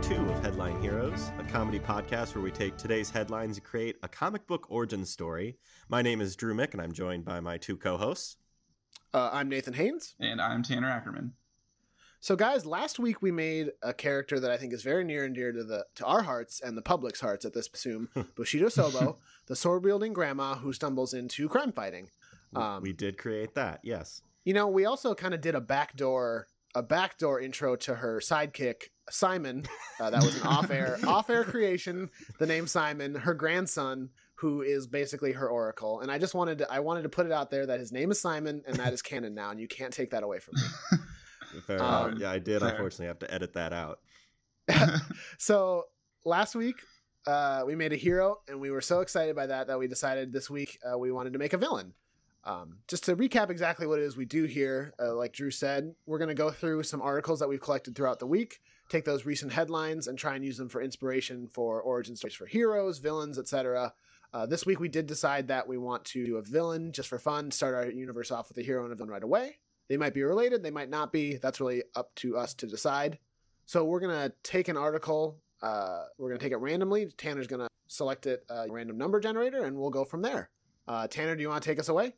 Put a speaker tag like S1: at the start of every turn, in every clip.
S1: two of Headline Heroes, a comedy podcast where we take today's headlines and create a comic book origin story. My name is Drew Mick, and I'm joined by my two co hosts.
S2: Uh, I'm Nathan Haynes.
S3: And I'm Tanner Ackerman.
S2: So, guys, last week we made a character that I think is very near and dear to the to our hearts and the public's hearts at this Zoom. Bushido Sobo, the sword wielding grandma who stumbles into crime fighting. Um,
S1: we did create that, yes.
S2: You know, we also kind of did a backdoor a backdoor intro to her sidekick Simon. Uh, that was an off air off air creation. The name Simon, her grandson, who is basically her oracle. And I just wanted to I wanted to put it out there that his name is Simon and that is canon now, and you can't take that away from me.
S1: Fair
S2: Um,
S1: enough. Yeah, I did
S3: fair.
S1: unfortunately have to edit that out.
S2: So last week uh, we made a hero, and we were so excited by that that we decided this week uh, we wanted to make a villain. Um, just to recap exactly what it is we do here, uh, like Drew said, we're going to go through some articles that we've collected throughout the week, take those recent headlines, and try and use them for inspiration for origin stories for heroes, villains, etc. Uh, this week we did decide that we want to do a villain just for fun, start our universe off with a hero and a villain right away. They might be related, they might not be. That's really up to us to decide. So we're gonna take an article. Uh, we're gonna take it randomly. Tanner's gonna select it uh, random number generator, and we'll go from there. Uh, Tanner, do you want to take us away?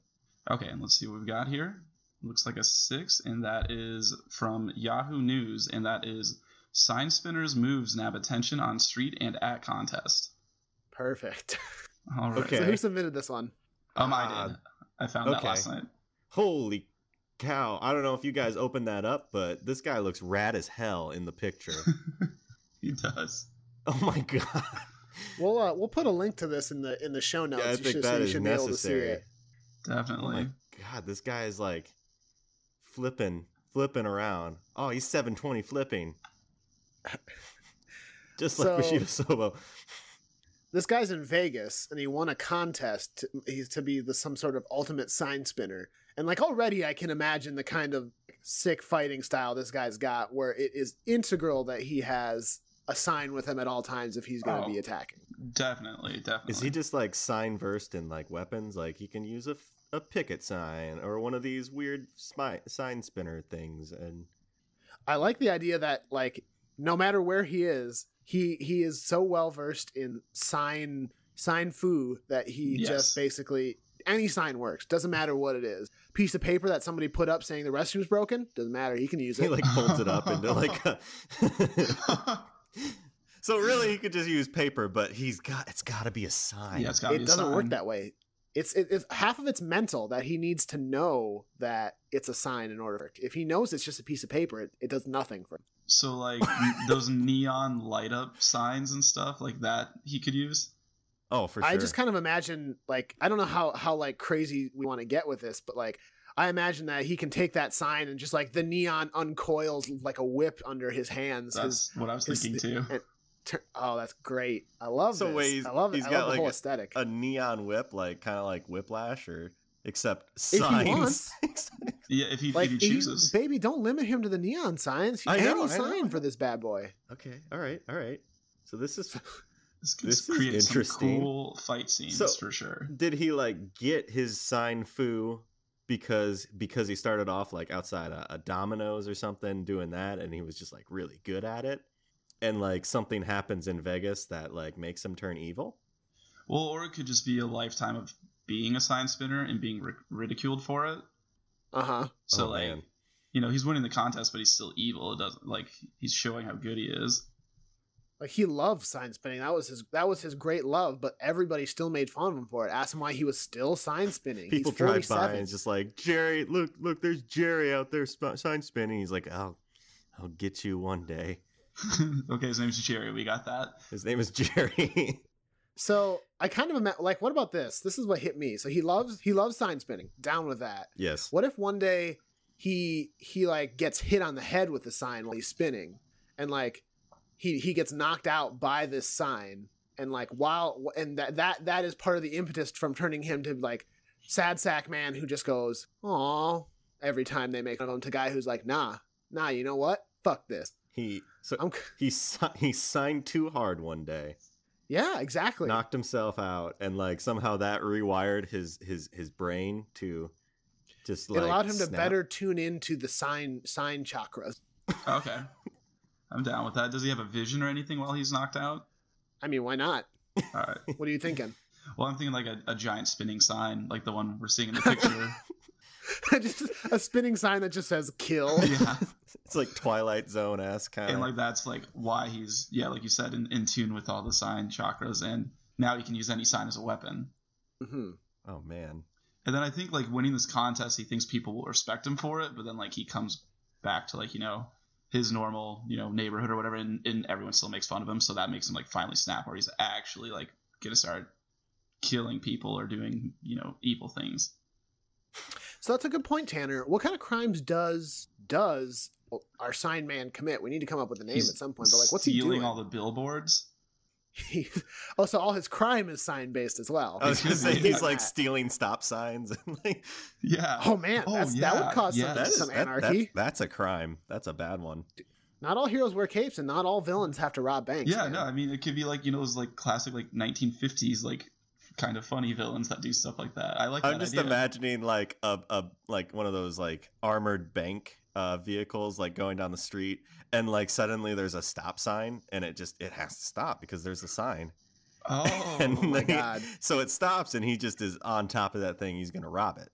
S3: Okay, and let's see what we've got here. Looks like a six, and that is from Yahoo News, and that is sign spinners moves nab attention on street and at contest.
S2: Perfect.
S3: All right.
S1: Okay.
S2: so who submitted this one?
S3: Um, I did. I found that
S1: okay.
S3: last night.
S1: Holy cow. I don't know if you guys opened that up, but this guy looks rad as hell in the picture.
S3: He does.
S1: oh my god.
S2: We'll uh, we'll put a link to this in the in the show notes.
S1: yeah, I
S2: You
S1: think
S2: should-
S1: that
S2: you
S1: is
S2: should be able to see
S1: necessary.
S2: it.
S1: Oh
S3: Definitely.
S1: my god, this guy is like flipping, flipping around. Oh, he's 720 flipping. Just like
S2: So-
S1: Bushido Sobo.
S2: This guy's in Vegas, and he won a contest. To, he's to be the some sort of ultimate sign spinner, and like already, I can imagine the kind of sick fighting style this guy's got, where it is integral that he has a sign with him at all times if he's going to
S3: Oh.
S2: be attacking.
S3: Definitely. Definitely.
S1: Is he just like sign versed in like weapons? Like he can use a, f- a picket sign or one of these weird smi- sign spinner things. And
S2: I like the idea that like no matter where he is, he he is so well versed in sign sign foo that he
S3: Yes.
S2: just basically any sign works. Doesn't matter what it is. Piece of paper that somebody put up saying the restroom's broken. Doesn't matter. He can use
S1: he
S2: it.
S1: like folds it up into like a. so really, he could just use paper, but he's got it's got to be a sign.
S3: yeah, it's gotta
S2: it
S3: be a
S2: doesn't
S3: sign.
S2: work that way. It's it, it's half of it's mental that he needs to know that it's a sign in order. for it- If he knows it's just a piece of paper, it, it does nothing for him.
S3: So like those neon light up signs and stuff like that he could use.
S1: oh, for sure.
S2: I just kind of imagine like I don't know how how like crazy we want to get with this, but like I imagine that he can take that sign and just like the neon uncoils like a whip under his hands. His,
S3: That's what I was
S2: his-
S3: thinking too.
S2: tur- oh, that's great! I love
S1: So
S2: this.
S1: wait, he's-
S2: I love
S1: he's
S2: it. I
S1: got,
S2: love the
S1: like,
S2: whole aesthetic.
S1: a neon whip, like kind of like whiplash, or except
S2: he
S1: signs.
S2: wants.
S3: Yeah, if he,
S2: like
S3: if he
S2: he-
S3: chooses.
S2: baby, don't limit him to the neon signs.
S1: I
S2: Any
S1: know, I know, I
S2: sign
S1: know.
S2: for this bad boy.
S1: okay, all right, all right. So this is.
S3: This could
S1: This is
S3: create
S1: interesting.
S3: some cool fight scenes
S1: So-
S3: for sure.
S1: Did he like get his sign foo because because he started off like outside a, a Domino's or something doing that, and he was just like really good at it, and like something happens in Vegas that like makes him turn evil.
S3: Well, or it could just be a lifetime of being a sign spinner and being ri- ridiculed for it.
S2: Uh huh.
S3: So
S1: Oh,
S3: like,
S1: man.
S3: you know, he's winning the contest, but he's still evil. It doesn't like he's showing how good he is.
S2: Like he loved sign spinning. That was his. That was his great love. But everybody still made fun of him for it. Asked him why he was still sign spinning.
S1: People
S2: He's
S1: drive by
S2: 47.
S1: and it's just like Jerry, look, look, there's Jerry out there sp- sign spinning. He's like, I'll, I'll get you one day.
S3: okay, his name's Jerry. We got that.
S1: His name is Jerry.
S2: So I kind of ima- like, what about this? This is what hit me. So he loves he loves sign spinning. Down with that.
S1: yes.
S2: What if one day he he like gets hit on the head with the sign while he's spinning, and like he he gets knocked out by this sign, and like while and that that that is part of the impetus from turning him to like sad sack man who just goes aw every time they make fun of him to guy who's like nah nah you know what fuck this
S1: He so
S2: I'm
S1: he si- he signed too hard one day.
S2: yeah exactly
S1: knocked himself out and like somehow that rewired his his his brain to just like
S2: it allowed him to
S1: snap.
S2: better tune into the sign sign chakras
S3: Okay. I'm down with that. Does he have a vision or anything while he's knocked out?
S2: I mean, why not?
S3: All right.
S2: What are you thinking?
S3: Well, I'm thinking like a, a giant spinning sign, like the one we're seeing in the picture.
S2: just a spinning sign that just says "kill."
S3: yeah.
S1: It's like Twilight Zone esque kind
S3: And
S1: of.
S3: like that's like why he's yeah, like you said, in, in tune with all the sign chakras, and now he can use any sign as a weapon.
S2: Mhm.
S1: oh man,
S3: And then I think like winning this contest, he thinks people will respect him for it, but then like he comes back to like you know his normal you know neighborhood or whatever, and, and everyone still makes fun of him, so that makes him like finally snap, where he's actually like gonna start killing people or doing you know evil things.
S2: So that's a good point, Tanner. What kind of crimes does does our sign man commit? We need to come up with a name
S3: He's
S2: at some point. But like, what's he
S3: stealing
S2: doing?
S3: all the billboards?
S2: oh, so all his crime is sign based as well.
S1: I was gonna say
S3: He's
S1: he's like stealing stop signs and like
S3: Yeah.
S2: Oh man,
S3: Oh,
S2: that's, that
S3: yeah,
S2: would cause
S3: yeah.
S2: some,
S1: that is
S2: some
S1: that- that-
S2: anarchy.
S1: that's a crime. That's a bad one.
S2: Not all heroes wear capes, and not all villains have to rob banks.
S3: yeah,
S2: man.
S3: no, I mean it could be like you know those like classic like 1950s like kind of funny villains that do stuff like that. I like.
S1: I'm
S3: that
S1: just
S3: idea.
S1: imagining like a, a like one of those like armored bank uh, vehicles like going down the street and like suddenly there's a stop sign and it just it has to stop because there's a sign.
S3: Oh,
S1: and
S2: my
S1: then he-
S2: God.
S1: so it stops and he just is on top of that thing. He's gonna rob it.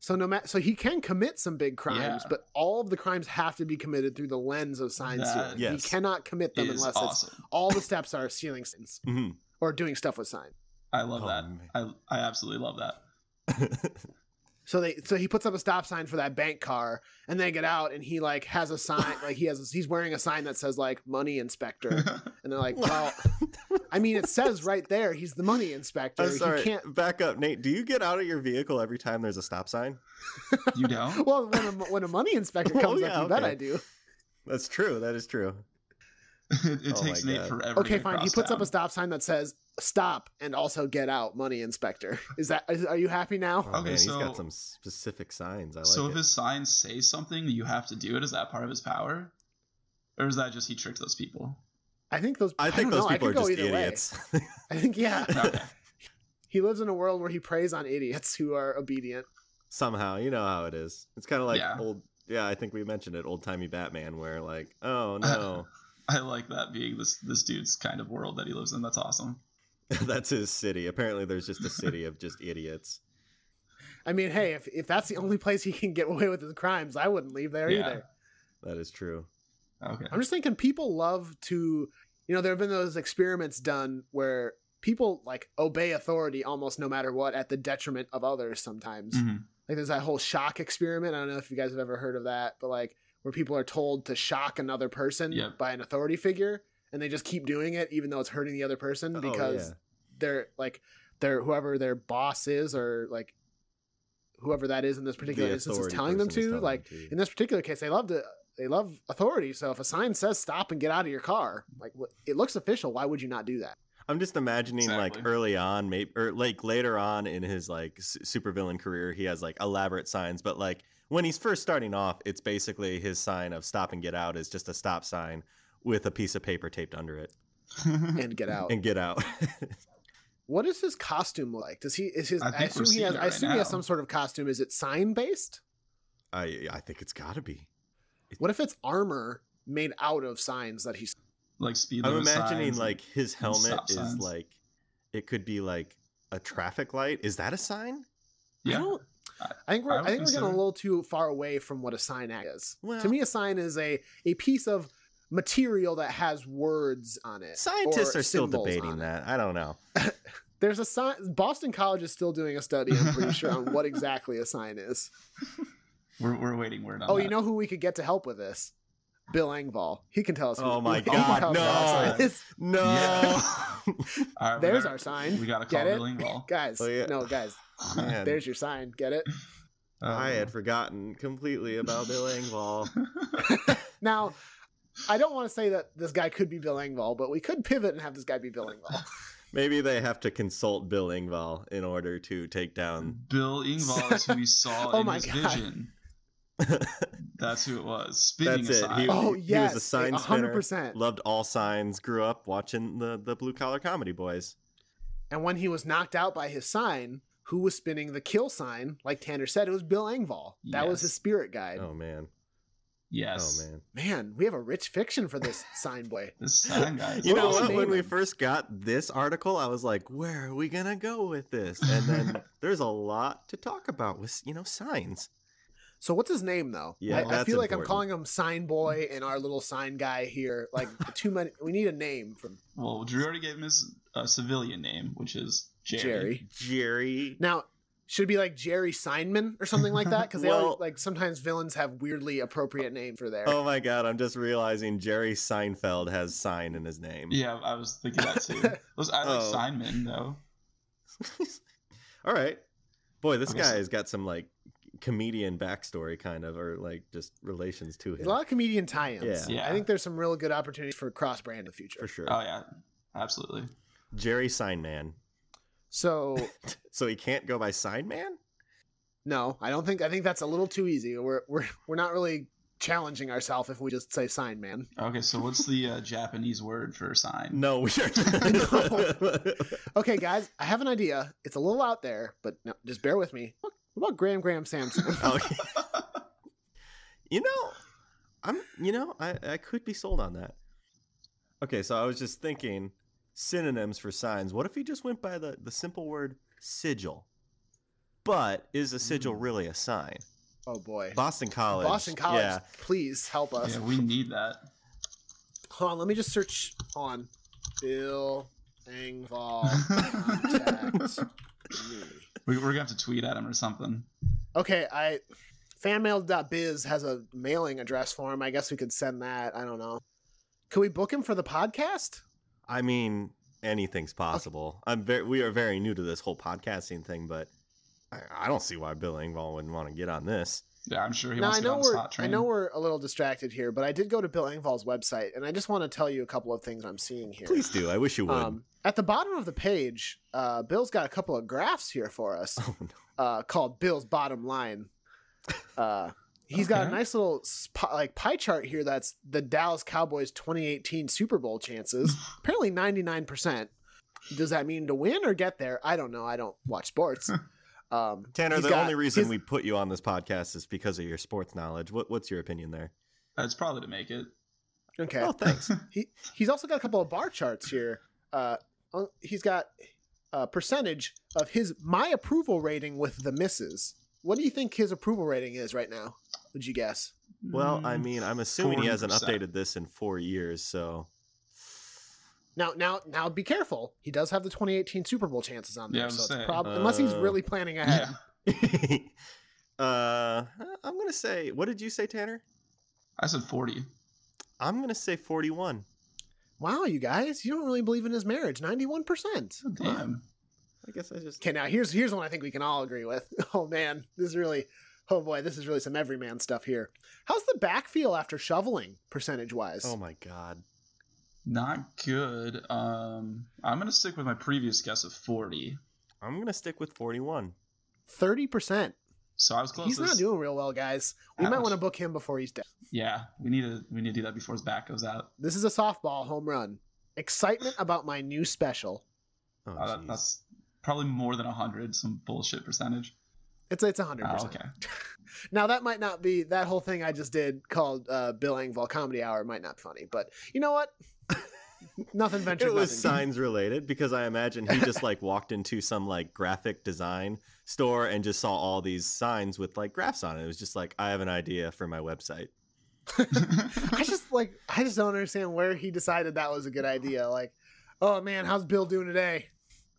S2: So no matter, so he can commit some big crimes,
S3: Yeah.
S2: but all of the crimes have to be committed through the lens of sign
S3: That
S2: stealing.
S1: Yes.
S2: He cannot commit them
S3: is
S2: unless it's,
S3: awesome.
S2: all the steps are stealing signs
S1: hmm
S2: or doing stuff with sign.
S3: I love
S1: Oh,
S3: that.
S1: man.
S3: I I absolutely love that.
S2: So they so he puts up a stop sign for that bank car, and they get out, and he like has a sign like he has he's wearing a sign that says like money inspector, and they're like, well, I mean it says right there he's the money inspector.
S1: I'm
S2: He
S1: sorry.
S2: can't.
S1: Back up, Nate. Do you get out of your vehicle every time there's a stop sign?
S3: you don't?
S2: Well, when a, when a money inspector
S1: Oh,
S2: comes
S1: yeah,
S2: up, you bet
S1: okay.
S2: I do.
S1: That's true. That is true.
S3: It, it
S1: Oh
S3: takes
S1: my
S3: Nate
S1: God.
S3: forever. to
S2: Okay,
S3: get
S2: fine. He
S3: across
S2: puts up
S3: town.
S2: a stop sign that says "Stop" and also "Get out, money inspector." Is that is, are you happy now?
S1: Oh,
S3: Okay,
S1: man, he's
S3: so-
S1: got some specific signs. I like
S3: so if
S1: it.
S3: his signs say something, you have to do it. Is that part of his power, or is that just he tricked those people?
S2: I think those.
S1: I think
S2: don't
S1: those
S2: know.
S1: people
S2: I
S1: are
S2: could go
S1: just
S2: either way.
S1: idiots.
S2: I think yeah.
S3: Okay.
S2: He lives in a world where he preys on idiots who are obedient.
S1: Somehow, you know how it is. It's kind of like
S3: Yeah.
S1: old. Yeah, I think we mentioned it, old timey Batman, where like, oh no,
S3: I like that being this this dude's kind of world that he lives in. That's awesome.
S1: that's his city. Apparently, there's just a city of just idiots.
S2: I mean, hey, if, if that's the only place he can get away with his crimes, I wouldn't leave there
S3: Yeah.
S2: either.
S1: That is true.
S3: Okay.
S2: I'm just thinking people love to, you know, there have been those experiments done where people like obey authority almost no matter what at the detriment of others sometimes.
S1: Mm-hmm.
S3: Mhm.
S2: Like there's that whole shock experiment. I don't know if you guys have ever heard of that, but like where people are told to shock another person
S3: Yep.
S2: by an authority figure and they just keep doing it even though it's hurting the other person
S1: Oh,
S2: because
S1: yeah.
S2: they're like they're whoever their boss is or like whoever that is in this particular
S1: The
S2: instance is
S1: authority
S2: telling them
S1: person is
S2: to
S1: telling
S2: like
S1: them to.
S2: in this particular case they love to they love authority so if a sign says stop and get out of your car like wh- it looks official why would you not do that
S1: I'm just imagining like
S3: Exactly.
S1: early on, maybe or like later on in his like s- supervillain career, he has like elaborate signs, but like when he's first starting off, it's basically his sign of stop and get out is just a stop sign with a piece of paper taped under it
S3: Mm-hmm.
S2: and get out
S1: and get out.
S2: what is his costume like does he is his
S3: I
S2: i,
S3: think we're
S2: assume he
S3: seeing
S2: has
S3: it
S2: i
S3: right
S2: assume he has
S3: now.
S2: some sort of costume is it sign based
S1: I I think it's got to be.
S2: what if it's armor made out of signs that he's
S3: like speed.
S1: I'm
S3: limit
S1: imagining
S3: signs and-
S1: like his helmet
S3: stop
S1: is
S3: signs.
S1: like it could be like a traffic light. Is that a sign?
S2: i
S3: yeah.
S2: don't i think we're
S3: I
S2: i,
S3: would
S2: think we're getting
S3: consider-
S2: a little too far away from what a sign act is
S1: Well-
S2: to me a sign is a a piece of material that has words on it Eh, or
S1: Scientists are still
S2: symbols
S1: debating
S2: on it.
S1: that. I don't know.
S2: There's a sign. Boston College is still doing a study. I'm pretty sure on what exactly a sign is.
S3: We're, we're waiting word on.
S2: Oh,
S3: that.
S2: you know who we could get to help with this? Bill Engvall. He can tell us. who-
S1: Oh my
S2: he can
S1: God,
S2: tell us
S1: no.
S2: what a sign is.
S1: No.
S3: All right, we
S2: There's
S3: gotta-
S2: our sign.
S3: We got to call
S2: Get it?
S3: Billing Ball.
S2: Guys,
S1: Oh, yeah.
S2: no, guys.
S1: Man,
S2: There's your sign. Get it
S3: Um,
S1: I had forgotten completely about Bill Engvall.
S2: now. I don't want to say that this guy could be Bill Engvall, but we could pivot and have this guy be Bill Engvall.
S1: Maybe they have to consult Bill Engvall in order to take down.
S3: Bill Ingvall is who we saw
S2: Oh
S3: in
S2: my
S3: his
S2: God.
S3: vision. Mm. That's who it was. Spinning
S1: That's it.
S3: aside.
S1: He,
S2: Oh
S1: he
S2: yes,
S1: was a sign
S2: hundred
S1: spinner.
S2: percent.
S1: Loved all signs. Grew up watching the the blue collar comedy boys.
S2: And when he was knocked out by his sign, who was spinning the kill sign? Like Tanner said, it was Bill Engvall. That was
S3: Yes.
S2: his spirit guide.
S1: Oh man.
S3: Yes.
S1: Oh man.
S2: Man, we have a rich fiction for this sign boy.
S3: This sign guy. is
S1: You know
S2: also
S1: what? When we
S3: amazing.
S1: first got this article, I was like, "Where are we gonna go with this?" And then there's a lot to talk about with you know signs.
S2: So what's his name though?
S1: Yeah,
S2: I, I
S1: that's
S2: feel like I'm
S1: important.
S2: calling him Sign Boy and our little sign guy here. Like too many. We need a name from
S3: Well, Drew already gave him his uh, civilian name, which is Jerry.
S2: Jerry.
S1: Jerry.
S2: Now, should it be like Jerry Seinman or something like that? Because they
S1: Well-
S2: always, like sometimes villains have weirdly appropriate name for their.
S1: Oh my god! I'm just realizing Jerry Seinfeld has sign in his name.
S3: Yeah, I was thinking that too. Was I like
S1: Oh.
S3: Signman though?
S1: All right. Boy, this
S3: Okay, so-
S1: guy has got some like comedian backstory, kind of, or like just relations to
S2: There's
S1: him
S2: a lot of comedian tie-ins.
S1: Yeah.
S3: Yeah.
S2: I think there's some real good opportunities for cross brand in the future.
S1: for sure.
S3: Oh yeah, absolutely.
S1: Jerry Signman.
S2: So
S1: So he can't go by Signman.
S2: no, I don't think I think that's a little too easy. We're we're we're not really challenging ourselves if we just say sign man.
S3: Okay, so what's the uh, Japanese word for sign?
S1: No, we are.
S2: Okay, guys, I have an idea. It's a little out there, but no, just bear with me. What about Graham Graham Samson?
S1: Oh, you know, I'm. You know, I I could be sold on that. Okay, so I was just thinking synonyms for signs. What if he just went by the the simple word sigil? But is a sigil
S3: Mm.
S1: really a sign?
S2: Oh boy,
S1: Boston College.
S2: Boston College,
S1: Yeah.
S2: please help us.
S3: Yeah, we need that.
S2: Hold on, let me just search on Bill Engvall contact me.
S3: We, we're gonna have to tweet at him or something.
S2: Okay, I fanmail.biz has a mailing address for him. I guess we could send that. I don't know. Can we book him for the podcast?
S1: I mean, anything's possible. I'm very. We are very new to this whole podcasting thing, but I, I don't see why Bill Engvall wouldn't want to get on this.
S3: Yeah, I'm sure he
S2: Now I
S3: wants to get
S2: know
S3: on this
S2: we're
S3: hot
S2: I
S3: train.
S2: know we're a little distracted here, but I did go to Bill Engvall's website and I just want to tell you a couple of things I'm seeing here.
S1: Please do. I wish you would.
S2: Um, at the bottom of the page, uh, Bill's got a couple of graphs here for us.
S1: oh no.
S2: uh, called Bill's Bottom Line. Uh, he's got a
S3: Okay.
S2: nice little sp- like pie chart here. That's the Dallas Cowboys 2018 Super Bowl chances. Apparently 99. percent Does that mean to win or get there? I don't know. I don't watch sports. Um,
S1: Tanner,
S2: he's
S1: the
S2: got
S1: only reason
S2: his-
S1: we put you on this podcast is because of your sports knowledge. What, what's your opinion there?
S3: It's probably to make it.
S2: okay.
S1: Oh, thanks.
S2: He he's also got a couple of bar charts here. Uh, on- he's got a percentage of his my approval rating with the misses. What do you think his approval rating is right now? Would you guess?
S1: well, I mean, I'm assuming he hasn't
S3: 40%.
S1: updated this in four years, so
S2: Now, now, now, be careful. He does have the 2018 Super Bowl chances on there,
S3: Yeah, I was
S2: so it's
S3: saying.
S2: prob- unless he's
S1: Uh,
S2: really planning ahead.
S3: yeah,
S1: uh, I'm gonna say. What did you say, Tanner?
S3: I said forty.
S1: I'm gonna say 41.
S2: Wow, you guys, you don't really believe in his marriage. 91. percent
S3: Damn.
S1: I guess I just
S2: Okay, now here's here's one I think we can all agree with. Oh man, this is really, oh boy, this is really some everyman stuff here. How's the back feel after shoveling percentage wise?
S1: Oh my god.
S3: Not good. Um, I'm gonna stick with my previous guess of 40.
S1: I'm gonna stick with 41.
S2: Thirty percent.
S3: So I was close.
S2: He's
S3: to
S2: not
S3: this-
S2: doing real well, guys. We might
S3: Ouch.
S2: want to book him before he's dead.
S3: Yeah, we need to we need to do that before his back goes out.
S2: This is a softball home run. Excitement about my new special.
S1: Oh,
S3: Uh, that-
S1: jeez.
S3: that's probably more than hundred. Some bullshit percentage.
S2: It's it's hundred
S3: Oh,
S2: percent.
S3: okay.
S2: Now that might not be that whole thing I just did called uh, Bill Engvall Comedy Hour might not be funny, but you know what? nothing ventured.
S1: it was
S2: nothing gained.
S1: signs related because I imagine he just like walked into some like graphic design store and just saw all these signs with like graphs on it. It was just like, I have an idea for my website.
S2: I just like I just don't understand where he decided that was a good idea. Like, oh man, how's Bill doing today?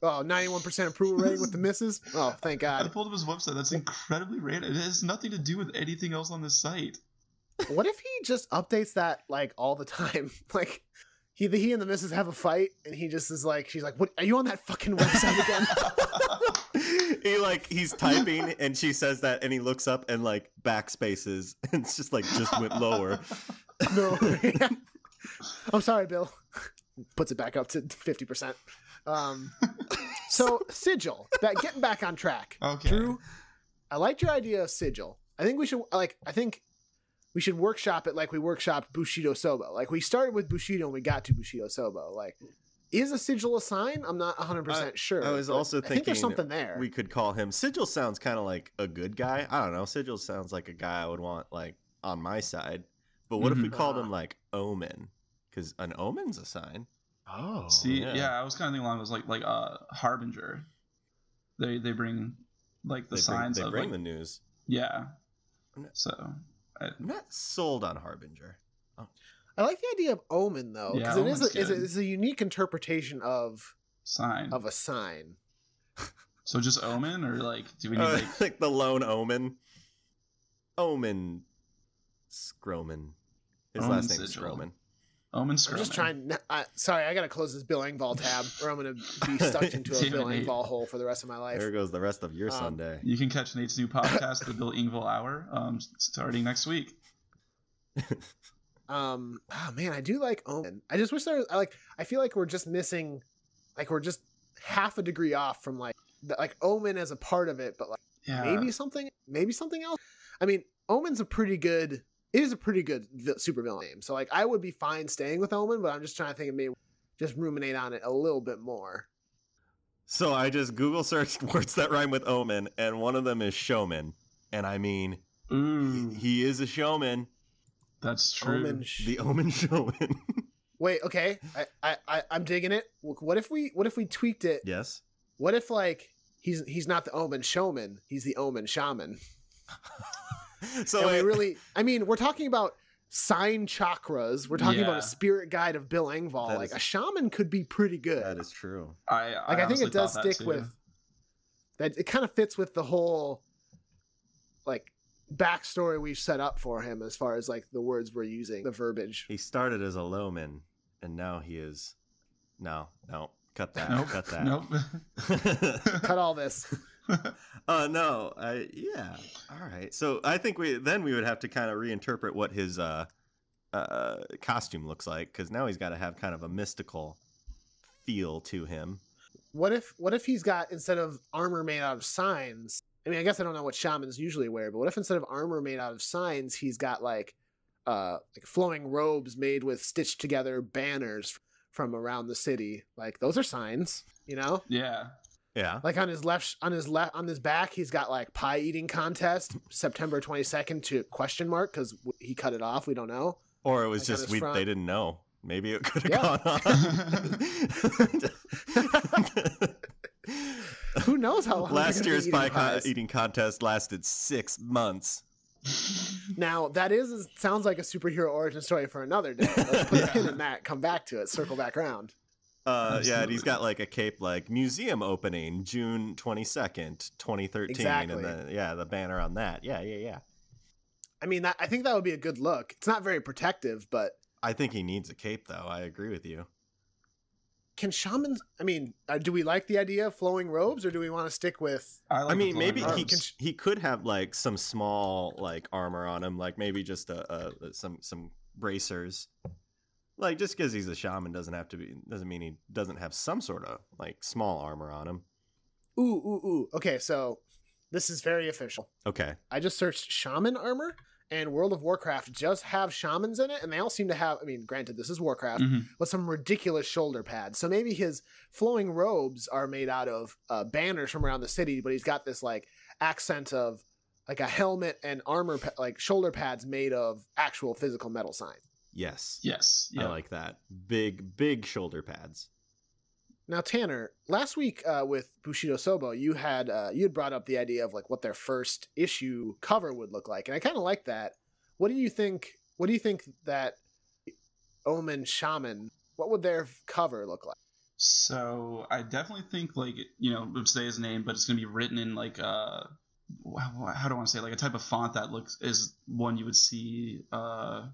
S2: Oh, 91% approval rating with the misses. Oh, thank
S3: I
S2: God.
S3: pulled up his website. That's incredibly random. It has nothing to do with anything else on this site.
S2: What if he just updates that like all the time? Like he he and the missus have a fight and he just is like she's like, "What are you on that fucking website again?"
S1: he like he's typing and she says that and he looks up and like backspaces and it's just like just went lower.
S2: No. I'm sorry, Bill. Puts it back up to 50%. Um, so, Sigil, back, getting back on track.
S3: Okay.
S2: Drew, I liked your idea of Sigil. I think we should, like, I think we should workshop it like we workshopped Bushido Sobo. Like, we started with Bushido and we got to Bushido Sobo. Like, is a Sigil a sign? I'm not 100% sure.
S1: I was
S2: but
S1: also
S2: I think there's
S1: thinking
S2: something there.
S1: We could call him Sigil sounds kind of like a good guy. I don't know. Sigil sounds like a guy I would want like on my side. But what if we
S3: Mhm.
S1: called him like Omen? Because an omen's a sign.
S2: Oh.
S3: See,
S1: yeah.
S3: yeah. I was kind of thinking along those like like uh harbinger. They they bring like the
S1: they
S3: signs
S1: bring, they
S3: of
S1: bring
S3: like,
S1: the news.
S3: yeah.
S1: No.
S3: So
S1: I'm not sold on Harbinger.
S2: I like the idea of omen though,
S3: Yeah,
S2: because it is
S3: omen's
S2: a, is a,
S3: good.
S2: it's a unique interpretation of
S3: sign.
S2: of a sign.
S3: So just omen or like do we need
S1: Uh,
S3: like
S1: like the lone Omen. Omen Scroman. His
S3: Omen
S1: last name is
S3: Sigil.
S1: Scroman.
S2: I'm
S3: omen?
S2: just
S3: Scroman?
S2: trying. I, sorry, I gotta close this billing ball tab, or I'm gonna be stuck into a
S3: Damn it,
S2: billing
S3: Nate.
S2: ball hole for the rest of my life.
S1: There goes the rest of your
S2: Um,
S1: Sunday.
S3: You can catch Nate's new podcast, The Bill Engvall Hour, um, starting next week.
S2: Um, oh man, I do like Omen. I just wish there was I like I feel like we're just missing like we're just half a degree off from like the, like Omen as a part of it, but like
S3: Yeah.
S2: maybe something maybe something else. I mean, Omen's a pretty good it is a pretty good vi- supervillain name. So like I would be fine staying with Omen, but I'm just trying to think of maybe just ruminate on it a little bit more.
S1: So I just Google searched words that rhyme with Omen, and one of them is showman. And I mean,
S3: Ooh,
S1: he, he is a showman.
S3: that's true.
S2: Omen. sh-
S1: The Omen showman.
S2: Wait, okay. I, I I I'm digging it. What if we what if we tweaked it?
S1: yes.
S2: What if like he's he's not the Omen showman, he's the Omen shaman.
S1: So
S2: and we
S1: wait,
S2: really i mean we're talking about sign chakras we're talking about
S3: Yeah.
S2: a spirit guide of bill engvall
S1: That
S2: like
S1: is-
S2: a shaman could be pretty good
S1: that is true.
S2: like
S3: I,
S2: i, think
S3: honestly
S2: it does
S3: thought that
S2: stick
S3: too.
S2: with that it kind of fits with the whole like backstory we've set up for him as far as like the words we're using the verbiage
S1: He started as a lowman, and now he is. No, no, cut that,
S3: Nope.
S1: cut that.
S3: Nope.
S2: cut all this
S1: uh, no, I yeah. All right. So I think we then we would have to kind of reinterpret what his uh, uh, costume looks like because now he's got to have kind of a mystical feel to him.
S2: what if what if he's got instead of armor made out of signs i mean i guess i don't know what shamans usually wear but what if instead of armor made out of signs he's got like uh like flowing robes made with stitched together banners from around the city like those are signs you know
S3: yeah.
S1: Yeah.
S2: like on his left on his left on his back he's got like pie eating contest september 22nd to question mark because he cut it off we don't know
S1: Or it was
S2: Like on
S1: just
S2: his
S1: we
S2: front.
S1: they didn't know. Maybe it could have
S2: Yeah.
S1: gone on.
S2: who knows how long he's
S1: Last
S2: gonna be
S1: year's
S2: eating
S1: pie con-
S2: pies.
S1: eating contest lasted six months.
S2: Now that is sounds like a superhero origin story for another day. Let's put a pin in that. Come back to it. Circle back around.
S1: Uh, yeah, and he's
S3: Absolutely.
S1: got like a cape, like museum opening June twenty second, twenty thirteen,
S2: Exactly.
S1: and then yeah, the banner on that. Yeah, yeah, yeah.
S2: I mean, that, I think that would be a good look. It's not very protective, but
S1: I think he needs a cape, though. I agree with you.
S2: can shamans? I mean, uh, do we like the idea of flowing robes, or do we want to stick with?
S3: I, like
S1: I
S3: the
S1: mean,
S3: flowing
S1: maybe he
S3: robes.
S1: can, he could have like some small like armor on him, like maybe just a, a some some bracers. Like just because he's a shaman doesn't have to be doesn't mean he doesn't have some sort of like small armor on him.
S2: Ooh, ooh, ooh. Okay, so this is very official.
S1: Okay,
S2: I just searched shaman armor, and World of Warcraft just have shamans in it, and they all seem to have. I mean, granted, this is Warcraft,
S3: Mhm.
S2: but some ridiculous shoulder pads. So maybe his flowing robes are made out of uh, banners from around the city, but he's got this like accent of like a helmet and armor, pa- like shoulder pads made of actual physical metal signs.
S1: yes,
S3: Yes. Yeah.
S1: I like that. Big big shoulder pads.
S2: Now, Tanner, last week uh, with Bushido Sobo, you had uh, you had brought up the idea of like what their first issue cover would look like, and I kind of like that. What do you think? What do you think that Omen Shaman? What would their cover look like?
S3: So I definitely think like you know we'll say his name, but it's gonna be written in like uh wh- how do I want to say it? like a type of font that looks is one you would see uh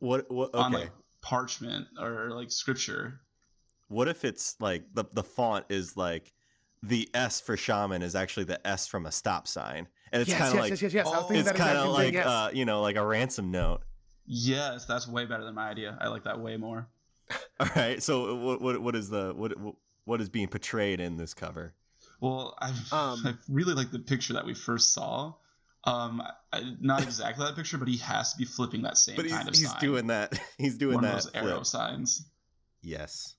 S1: What what? Okay,
S3: on like parchment or like scripture.
S1: What if it's like the the font is like the S for shaman is actually the S from a stop sign, and it's
S2: yes,
S1: kind of
S2: yes,
S1: like
S2: yes, yes, yes. I was
S3: Oh,
S2: thinking
S1: it's
S2: that
S1: kind
S2: exact
S1: of
S2: same
S1: like
S2: thing. Yes.
S1: uh, you know like a ransom note.
S3: Yes, that's way better than my idea. I like that way more.
S1: All right, so what what what is the what what is being portrayed in this cover?
S3: Well, I,
S2: Um,
S3: I really like the picture that we first saw. Um, I, not exactly that picture, but he has to be flipping that same
S1: But he's,
S3: kind of
S1: he's
S3: sign.
S1: doing that. He's doing
S3: one
S1: that.
S3: of those
S1: flip.
S3: arrow signs.
S1: Yes.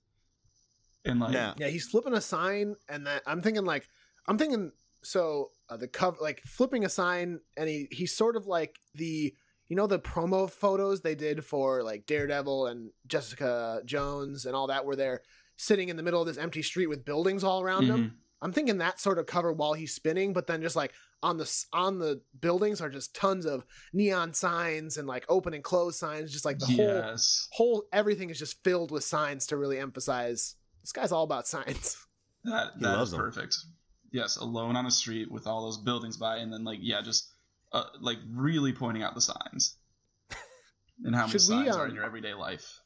S3: And like,
S1: Now,
S2: yeah, he's flipping a sign, and that I'm thinking like I'm thinking so uh, the cover like flipping a sign, and he he's sort of like the you know the promo photos they did for like Daredevil and Jessica Jones and all that where they're sitting in the middle of this empty street with buildings all around
S3: Mm-hmm.
S2: them. I'm thinking that sort of cover while he's spinning, but then just like on the s- on the buildings are just tons of neon signs and like open and close signs. Just like the whole
S3: yes.
S2: whole everything is just filled with signs to really emphasize this guy's all about signs.
S3: That
S1: He
S3: that
S1: loves
S3: is
S1: them.
S3: perfect. Yes, alone on a street with all those buildings by, and then like yeah, just uh, like really pointing out the signs and how many
S2: Should we,
S3: signs are
S2: um,
S3: in your everyday life.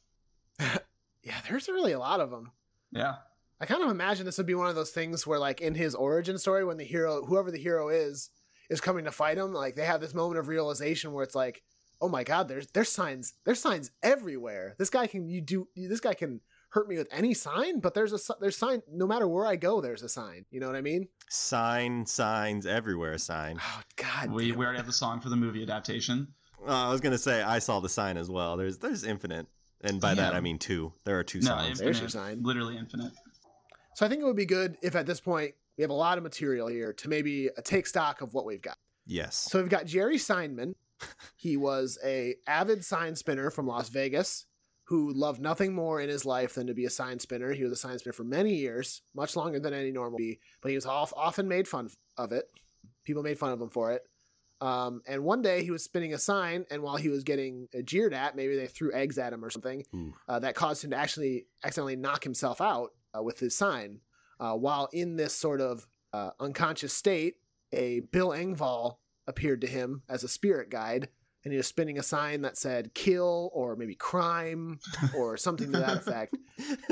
S2: Yeah, there's really a lot of them.
S3: Yeah,
S2: I kind of imagine this would be one of those things where, like, in his origin story, when the hero, whoever the hero is, is coming to fight him, like they have this moment of realization where it's like, oh my god, there's there's signs, there's signs everywhere. This guy can you do this guy can hurt me with any sign, but there's a si- there's sign no matter where I go, there's a sign. You know what I mean?
S1: Sign, signs everywhere. Sign.
S2: Oh god,
S3: we
S2: damn.
S3: we already have the song for the movie adaptation.
S1: Uh, I was gonna say I saw the sign as well. There's there's infinite, and by that
S3: Yeah.
S1: I mean two. There are two
S3: No,
S1: signs.
S3: infinite.
S2: there's your sign.
S3: Literally infinite.
S2: So I think it would be good if at this point we have a lot of material here to maybe uh, take stock of what we've got.
S1: yes.
S2: So we've got Jerry Seinman. He was a avid sign spinner from Las Vegas who loved nothing more in his life than to be a sign spinner. He was a sign spinner for many years, much longer than any normal bee, but he was off, often made fun of it. People made fun of him for it. Um, and one day he was spinning a sign, and while he was getting uh, jeered at, maybe they threw eggs at him or something,
S1: Ooh.
S2: uh, that caused him to actually accidentally knock himself out uh, with his sign. Uh, while in this sort of uh, unconscious state, a Bill Engvall appeared to him as a spirit guide, and he was spinning a sign that said "kill" or maybe "crime" or something to that effect.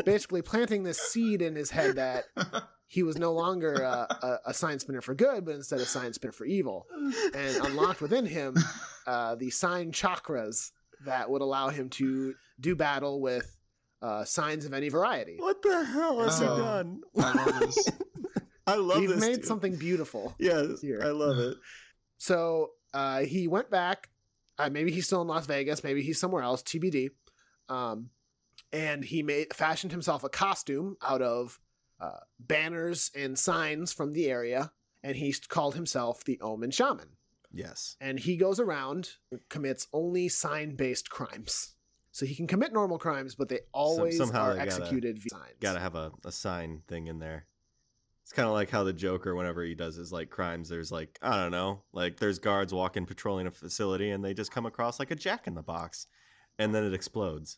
S2: Basically, planting this seed in his head that he was no longer uh, a, a sign spinner for good, but instead a sign spinner for evil, and unlocked within him uh, the sign chakras that would allow him to do battle with uh, signs of any variety.
S1: What the hell has
S3: Oh.
S1: he done?
S3: I love this.
S1: I love
S2: We've
S1: this.
S2: made
S1: dude.
S2: something beautiful.
S1: Yes,
S2: here.
S1: I love it.
S2: So uh, he went back. Uh, maybe he's still in Las Vegas. Maybe he's somewhere else. TBD. Um, and he made fashioned himself a costume out of uh, banners and signs from the area, and he called himself the Omen Shaman.
S1: Yes.
S2: And he goes around, commits only sign-based crimes. So he can commit normal crimes, but they always
S1: somehow
S2: are
S1: they gotta-
S2: executed via signs.
S1: Got to have a, a sign thing in there. It's kind of like how the Joker, whenever he does his like crimes, there's like I don't know, like there's guards walking patrolling a facility, and they just come across like a Jack in the Box, and then it explodes.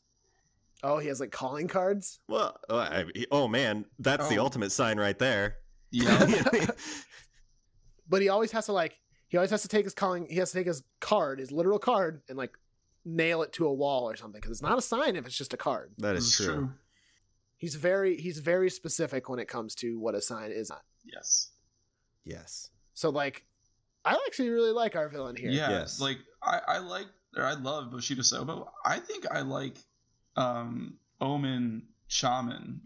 S2: Oh, he has like calling cards.
S1: Well, oh, I, oh man, that's the
S3: Oh.
S1: ultimate sign right there.
S3: Yeah.
S2: but he always has to like he always has to take his calling he has to take his card his literal card and like nail it to a wall or something because it's not a sign if it's just a card
S1: that
S3: this
S1: is true.
S2: he's very he's very specific when it comes to what a sign is not
S3: Yes.
S1: Yes.
S2: so like i actually really like our villain here
S3: Yeah,
S1: Yes.
S3: like I, I like or I love Bushido Sobo. I think I like um Omen Shaman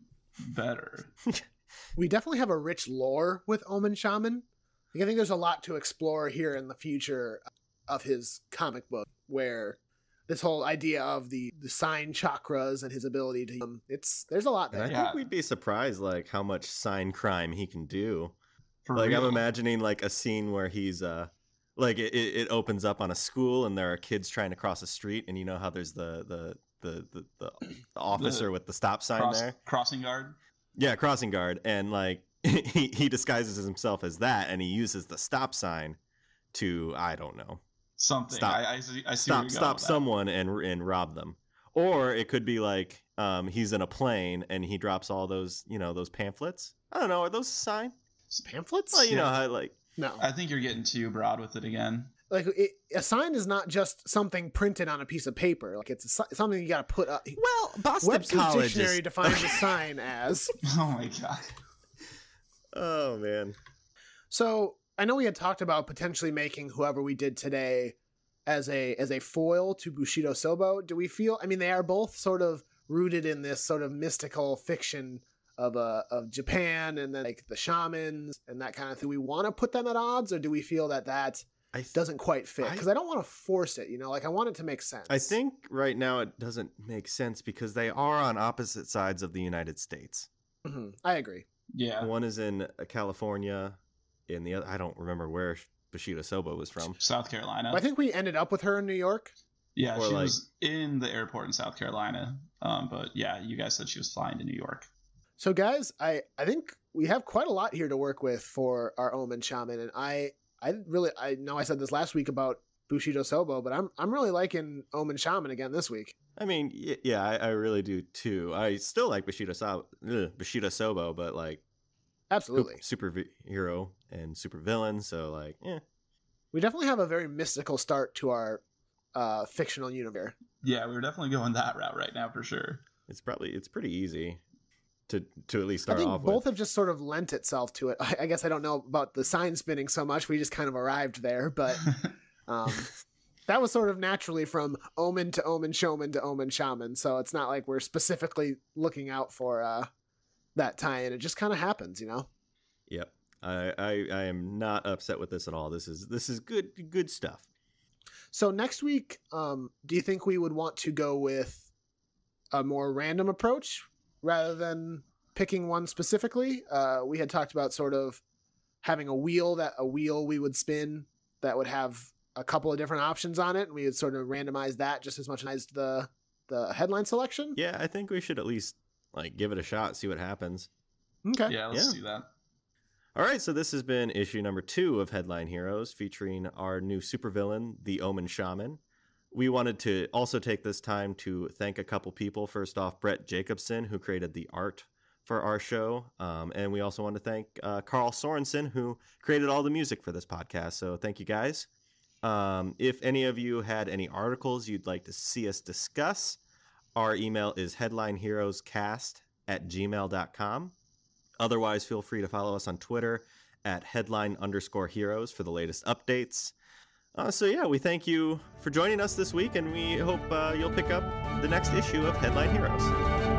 S3: better.
S2: we definitely have a rich lore with omen shaman like, i think there's a lot to explore here in the future of his comic book where this whole idea of the, the sign chakras and his ability to um, it's there's a lot
S1: And I
S2: there
S3: Yeah.
S1: think we'd be surprised like how much sign crime he can do.
S3: For
S1: like i'm
S3: real.
S1: imagining like a scene where he's uh like it, it it opens up on a school and there are kids trying to cross a street and you know how there's the the the the, the, the officer with the stop sign
S3: Cross-
S1: there
S3: crossing guard.
S1: yeah crossing guard and like he, he disguises himself as that and he uses the stop sign to i don't know
S3: Something.
S1: Stop.
S3: I, I see I see
S1: stop
S3: where you're going
S1: stop
S3: with that.
S1: someone and and rob them or it could be like um he's in a plane and he drops all those you know those pamphlets i don't know are those a sign
S2: pamphlets
S1: well you know
S3: Yeah.
S1: how like
S2: no
S3: I think you're getting too broad with it again.
S2: like it, a sign is not just something printed on a piece of paper. Like it's a, si- something you got to put up.
S1: well boston
S2: Webster's
S1: college is-
S2: dictionary defines a sign as.
S3: Oh my god.
S1: Oh man.
S2: So I know we had talked about potentially making whoever we did today as a as a foil to Bushido Sobo. Do we feel? I mean, they are both sort of rooted in this sort of mystical fiction of uh, of Japan and then like the shamans and that kind of thing. We want to put them at odds, or do we feel that that
S1: I th-
S2: doesn't quite fit?
S1: I-
S2: Because I, don't want to force it. You know, like I want it to make sense.
S1: I think right now it doesn't make sense because they are on opposite sides of the United States.
S2: Mhm. I agree.
S3: Yeah.
S1: One is in uh, California, and the other I don't remember where Bushido Sobo was from.
S3: South Carolina.
S2: I think we ended up with her in New York.
S3: yeah,
S1: or
S3: she
S1: like-
S3: was in the airport in South Carolina. Um, but yeah, you guys said she was flying to New York.
S2: So, guys, I I think we have quite a lot here to work with for our Omen Shaman, and I I really I know I said this last week about Bushido Sobo, but I'm I'm really liking Omen Shaman again this week.
S1: I mean, y- yeah, I, I really do too. I still like Bushido Sobo, ugh, Bushido Sobo, but like
S2: Absolutely,
S1: superhero and supervillain. So like, eh.
S2: we definitely have a very mystical start to our uh, fictional universe.
S3: Yeah, we were definitely going that route right now for sure.
S1: it's probably it's pretty easy to to at least
S2: I
S1: start
S2: think
S1: off
S2: both
S1: with.
S2: have just sort of lent itself to it. I, I guess I don't know about the sign spinning so much. We just kind of arrived there, but um, that was sort of naturally from Omen to Omen Showman to Omen Shaman. So it's not like we're specifically looking out for uh, that tie-in. It just kind of happens, you know.
S1: Yep. I, I I am not upset with this at all. This is this is good good stuff.
S2: So next week, um, do you think we would want to go with a more random approach rather than picking one specifically? Uh, we had talked about sort of having a wheel that a wheel we would spin that would have a couple of different options on it, and we would sort of randomize that just as much as the the headline selection.
S1: Yeah, I think we should at least like give it a shot, see what happens.
S2: Okay.
S3: yeah, let's
S1: Yeah.
S3: do that.
S1: All right, so this has been issue number two of Headline Heroes, featuring our new supervillain, the Omen Shaman. We wanted to also take this time to thank a couple people. First off, Brett Jacobson, who created the art for our show. Um, and we also want to thank uh, Carl Sorensen, who created all the music for this podcast. So thank you guys. Um, if any of you had any articles you'd like to see us discuss, our email is headlineheroescast at gmail.com. Otherwise, feel free to follow us on Twitter at headline underscore heroes for the latest updates. Uh, so, yeah, we thank you for joining us this week, and we hope uh, you'll pick up the next issue of Headline Heroes.